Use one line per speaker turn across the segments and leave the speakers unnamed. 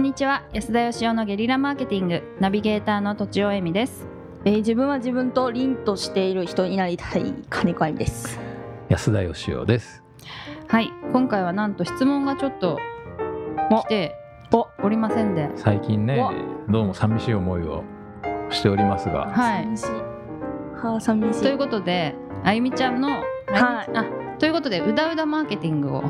にちは安田義雄のゲリラマーケティングナビゲーターのとちおえみです
えー自分は自分と凛としている人になりたい金子愛です。
安田義雄です。
はい今回はなんと質問がちょっと来て
お
おりませんで
最近ね
わ、
どうも寂しい思いをしておりますが、
はい
寂しい。はあ、寂し
という
い。
ことであゆみちゃんのはいあということでうだうだマーケティングを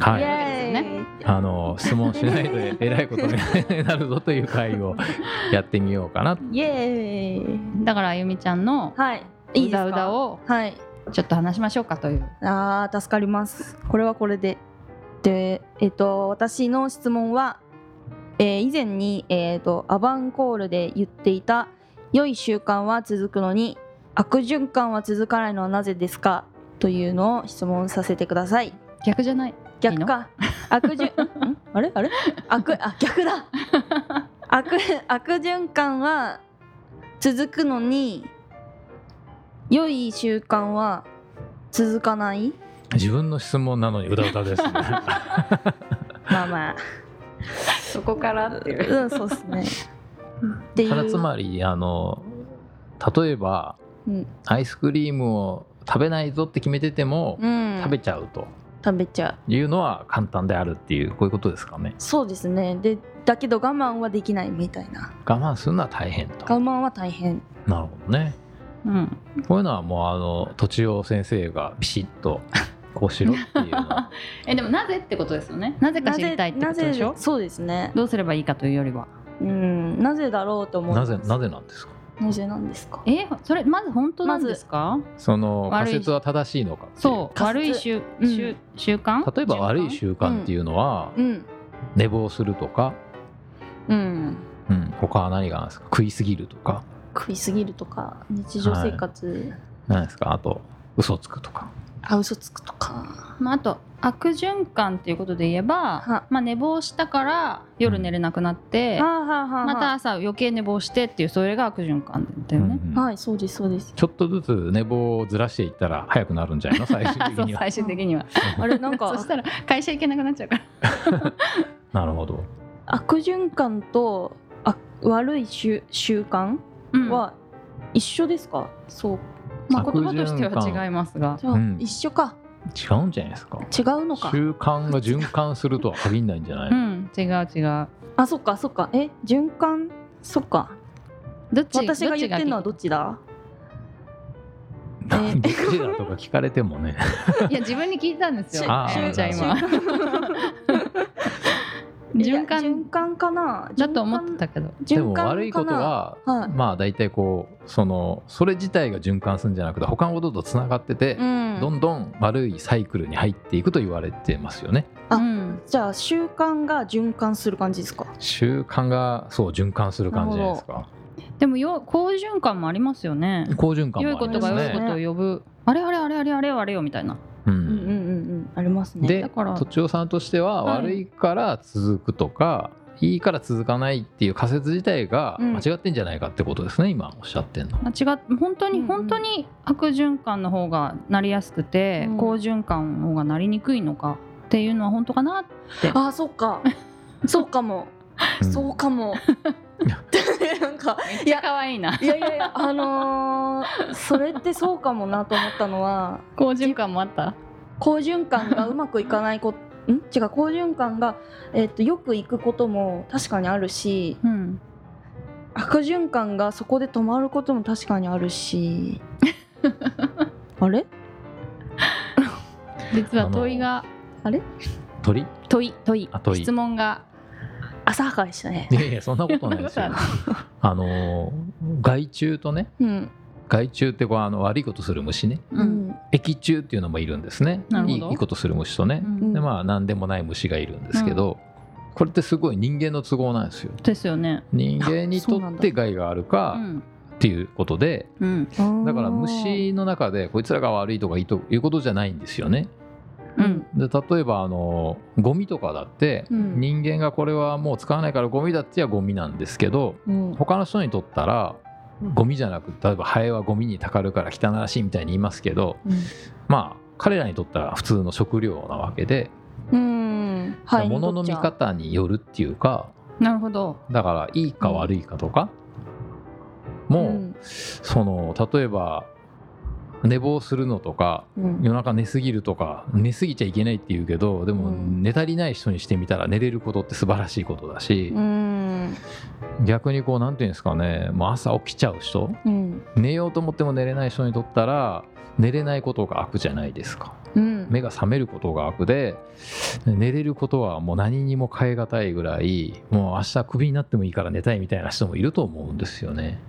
は
イ
い、
エ
わけで
ーイ。
あの質問 しないでえらいことになるぞという会をやってみようかな。
イエーイ。
だからあゆみちゃんの
はい。いいうですか。
だうだを
はい。
ちょっと話しましょうかという
ああ、助かります。これはこれで。で、えっ、と、私の質問は。えー以前に、えっ、と、アバンコールで言っていた。良い習慣は続くのに。悪循環は続かないのはなぜですか。というのを質問させてください。
逆じゃない
逆か悪 循んあれあれ悪あ 逆だ悪悪循環は続くのに良い習慣は続かない
自分の質問なのにうだうだですね。
ま あまあ
そこからっていう
うんそうっすねっていう
ただつまりあの例えば
うん
アイスクリームを食べないぞって決めてても
うん、
食べちゃうと
食べちゃう
いうのは簡単であるっていうこういうことですかね。
そうですねでだけど我慢はできないみたいな
我慢するのは大変
我
と。
慢は大変
なるほどね。
うん
こういうのはもうあの土地を先生がビシッとこうしろっていうの は
えでもなぜってことですよねなぜか知りたいってこ
な
と
ぜ
でしょ
なぜそうですね
どうすればいいかというよりは
うんなぜだろうと思う
なぜなぜなんですか
なぜなんですか
えそれまず本当なんですか、
その
悪い
仮説は正しいのかっていう
そう
仮
悪い
説
習,、
うん
習習慣
例えば悪い習慣っていうのは、
うん
寝坊するとか、
うん
うん、他は何があるんですか食いすぎるとか
食いすぎるとか日常生活、
何ですかあと嘘つくとか
あ嘘つくとか
まあ、あと悪循環っていうことで言えば
は、
まあ、寝坊したから夜寝れなくなって、また朝余計寝坊してっていうそれが悪循環だよね、
うんうん
はいそうですそうです
ちょっとずつ寝坊をずらしていったら早くなるんじゃな いの最終
あ
的
そう
には
最終的には
あれなん
そ
か
したら会社行けなくなっちゃうから
なるほど
悪循環とあ悪い習習慣
うん
は一緒ですか、そう
まあ、
悪
言葉としては違いますが
じゃあ、
うん
一緒か
違うんじゃないですか
違うのか
習慣が循環するとは限んないんじゃない、
う
の
ん違う違う
あそっかそっかえ循環そっか
どっち
私が言ってるのはど
どっ
っちだ
ど っちだとか聞かれてもね
ちがいや自分に聞いたんですよ
し
あー
えみちゃん今
習
循
いや
環
循環かな
だと思ってたけど
循環
でも悪いこと
循環かな
は
はい
まあ大体こうそのそれ自体が循環するんじゃなくて他のこととつながってて、
うん
どんどん悪いサイクルに入っていくと言われてますよね
あ
うん
じゃあ習慣が循環する感じですか
習慣がそう循環する感じじゃないですか
でもよ好循環もありますよね
好循環
良い
もあ
こ
り
と
ま
が
す
良いこ
ね
とを呼ぶあれあれあれあれあれあれよみたいな
う
う
んうんうん
ん
うんありますね
で
だから
とちおさんとしては
はい
悪いから続くとか、いいから続かないっていう仮説自体が
うん
間違ってんじゃないかってことですね、今おっしゃってんの。
間違っ本当
うん
に
うん
本当に悪循環の方がなりやすくて、
うん
好循環の方がなりにくいのかっていうのは本当かな
あーそっ かそうかも、
うん
そうかもなんか
いや可愛いない
やいやいやあのーそれってそうかもなと思ったのは
好循環もあった
好循環がうまくいかないことん違う好循環が、えっとよくいくことも確かにあるし
うん
悪循環がそこで止まることも確かにある しあれ
実は問いが
あれ
鳥
問い問い
あ問い
質問が
浅はかでしたね
いやいやそんなことないですよ
そんな。
あのー害虫とね
うん
害虫ってこうあの悪いことする虫ね
う
うんん、
益虫っていうのもいるんですね
なる
い
ほ
い
ど
いいことする虫とね、
うん
ん
でまあ何でもない虫がいるんですけど、これってすごい人間の都合なんですよ。
ですよね
人間にと
あそうな
っ
ん
て
だ
害がある
う
か
ん
っていうことで
うん
だから虫の中でこいつらが悪いとかいいということじゃないんですよね。
う
うんん
で例えばあのゴミとかだって、
うん
人間がこれはもう使わないからゴミだって言えばゴミなんですけど
うん
他の人にとったらゴミじゃなく例えばハエはゴミにたかるから汚らしいみたいに言いますけどまあ彼らにとったら普通の食料なわけで、
うん、はい、
物の見方によるっていうか
なるほど
だからいいか悪いかとか、もう、
うん
その例えば寝坊するのとか
うん
夜中寝すぎるとか寝すぎちゃいけないって言うけどでも
うん
寝足りない人にしてみたら寝れることって素晴らしいことだし
う、ん
逆にこうなんていうんですかねもう朝起きちゃう人
うん
寝ようと思っても寝れない人にとったら寝れないことが悪じゃないですか
うん
目が覚めることが悪で寝れることはもう何にも変えがたいぐらいもう明日クビになってもいいから寝たいみたいな人もいると思うんですよね。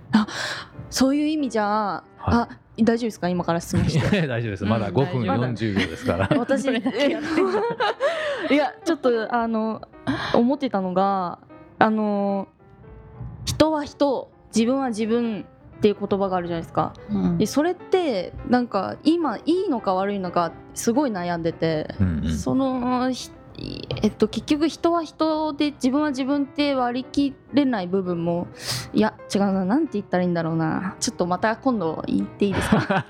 そういう意味じゃあ、
は
あ大丈夫ですか今から質問
い
して
や 大丈夫ですまだ
うん
5分
大丈
夫
40秒ですから。
私
それだけやってんじ
いやちょっとあの思ってたのがあの人は人自分は自分っていう言葉があるじゃないですか
うん
でそれってなんか今いいのか悪いのかすごい悩んでて、
うんうん
そのひえっと結局人は人で自分は自分って割り切れない部分もいや違うななんて言ったらいいんだろうなちょっとまた今度言っていいです か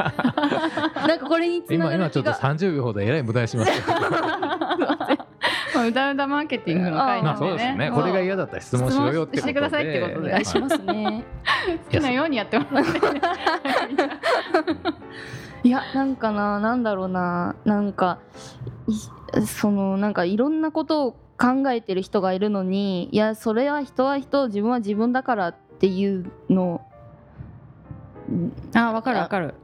なんかこれにつな
今
が
今
る
ちょ
気
っと
が
30秒ほどえらい無駄にしましたけど
まあうだうだマーケティングの会
ま
な
あ
ん
そうです
で
ね
ね
これが嫌だったら質問しろよってこ
質問
とで
してくださいってこと
お
で
願いしますね
好きなようにやってもらってね
いやなんかななんだろうななんかいそのなんかいろんなことを考えてる人がいるのにいやそれは人は人自分は自分だからっていうの
あわかるわかる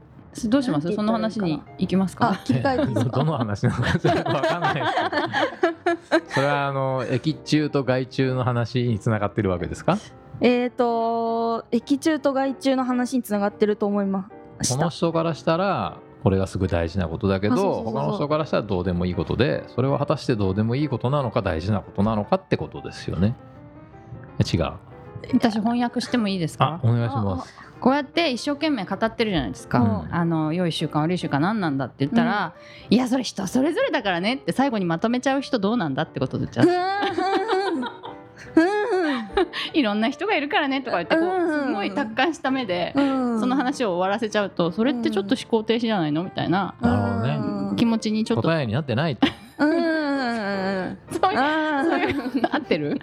どうしま
なん
す
て言
そ
った
の
らいい
話
かな
に行きますか
あ切り替えていいですか
どの話なのかちょっと分かんないですけどそれはあの液中と害虫の話につながってるわけですか
えっと液中と害虫の話につながってると思いまし
こ
た
の人からしたらこれがすごい大事なことだけど
あそうそうそうそう
他の人からしたらどうでもいいことでそれは果たしてどうでもいいことなのか大事なことなのかってことですよね違う
私翻訳してもいいです
あ
か
お願いします
こうやって一生懸命語ってるじゃないですか、
うん
あの良い習慣悪い習慣何なんだって言ったら、いやそれ人それぞれだからねって最後にまとめちゃう人どうなんだってことで じゃあいろんな人がいるからねとか言ってこ
うんうんうん
うすごい達観した目で
そ
その話を終わらせちゃうとそれってちょっと思考停止じゃないのみたいな
なるほ
気持ちにちょっと
答えになってないと
うんうん
そういうそう
う
い
ん
う合ってる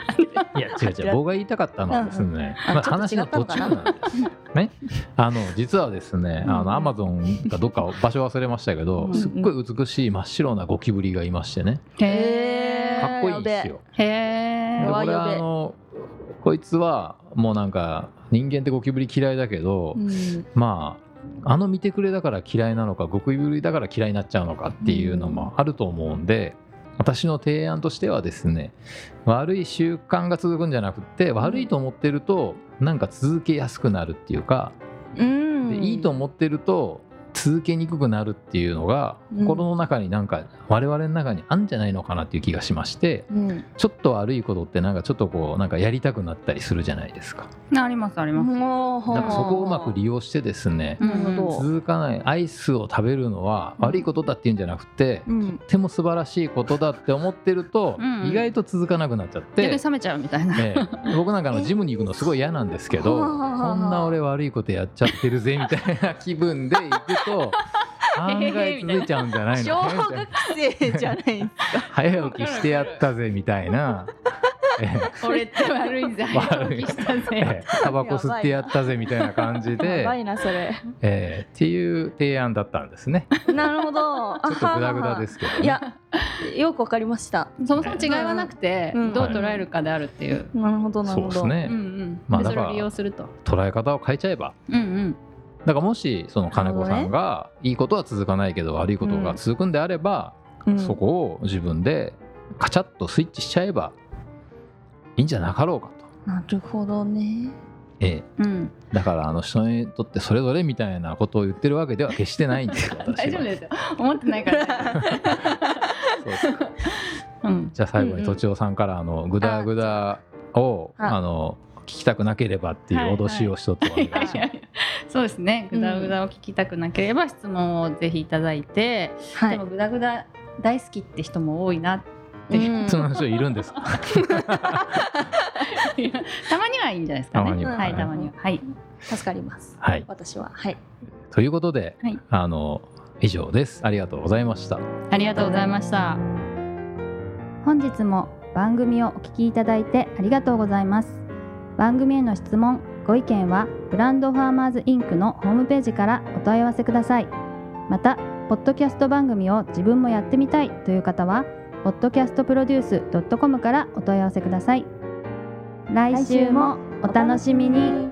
いや違う違う僕が言いたかったのはですね、
うん
まあ、
ちょっと
話
違
の
ったの
途
か
中
な
なんですね あの実はですねあ
うん
のアマゾンがどっか場所忘れましたけ
う
ど
ん
すっごい美しい真っ白なゴキブリがいましてね
へー
かっこいいんですよ
へ
で
え
う
こ
わ
れ
やべ
あのこいつはもうなんか人間ってゴキブリ嫌いだけど、
うん
まああの見てくれだから嫌いなのかゴキブリだから嫌いになっちゃうのかっていうのもあると思うんで、私の提案としてはですね悪い習慣が続くんじゃなくって悪いと思ってるとなんか続けやすくなるっていうか、
うん
でいいと思ってると続けにくくなるっていうのが心の中になんか我々の中にあるんじゃないのかなっていう気がしまして。
うん
ちょっと悪いことってなんかちょっとこうなんかやりたくなったりするじゃないですか
ありますあります、
もう
だからそこをうまく利用してですね
うん
なるほど
続かないアイスを食べるのは悪いことだっていうんじゃなくて、
うん
とっても素晴らしいことだって思ってると
うんうん
意外と続かなくなっちゃって、
逆に冷めちゃうみたいな、
ええ僕なんかあのジムに行くのすごい嫌なんですけど
は
こ
あはあはあ
んな俺悪いことやっちゃってるぜみたいな気分で行くと案外続いちゃうんじゃない
小
のみたいな
学生じゃない
早起きしてやったぜみたいな。ええ
俺って悪いぜ早
悪い
起きしたぜ
ええタバコ吸ってやったぜみたいな感じ
やばい
で、
なそれ
ええっていう提案だったんですね。
なるほど
ちょっとグダグダですすけど、ね。
いやよくわかりました
そもそも違いはなくて、
うん
どう捉えるかであるっていう、
なるほどなる
そう
ほ
です
ど
う
ね
ん。うん
まあ
で
だ
そ
か
れ
ら
を利用すると、
捉え方を変えちゃえば。
うんうん、
だからもしその金子さんがいいことは続かないけど悪いことが続くんであれば、
うん
そこを自分でカチャッとスイッチしちゃえばいいんじゃなかろうかと。
なるほどね
え
う
え
ん、
だからあの人にとってそれぞれみたいなことを言ってるわけでは決してないんですよ
大丈夫
す
ですよ思ってないから、 うん、
じゃあ最
う
後
んう
に
ん
とちおさんからあのグダグダを
あ
あの聞きたくなければっていう脅しをしとってもらい ましょう。
そうですねぐだぐだを聞きたくなければ質問をぜひいただいて、
は
で
い
もぐだぐだ大好きって人も多いなっていう、
うん
その人いるんですか。
たまにはいいんじゃないですかね
たまには
はいたまにははい
助かります
はい。
私ははい
ということで、
はい
あの以上です。ありがとうございました。
ありがとうございました。本日も番組をお聞きいただいてありがとうございます番組への質問ご意見はブランドファーマーズインクのホームページからお問い合わせくださいまたポッドキャスト番組を自分もやってみたいという方は podcastproduce.com からお問い合わせください来週もお楽しみに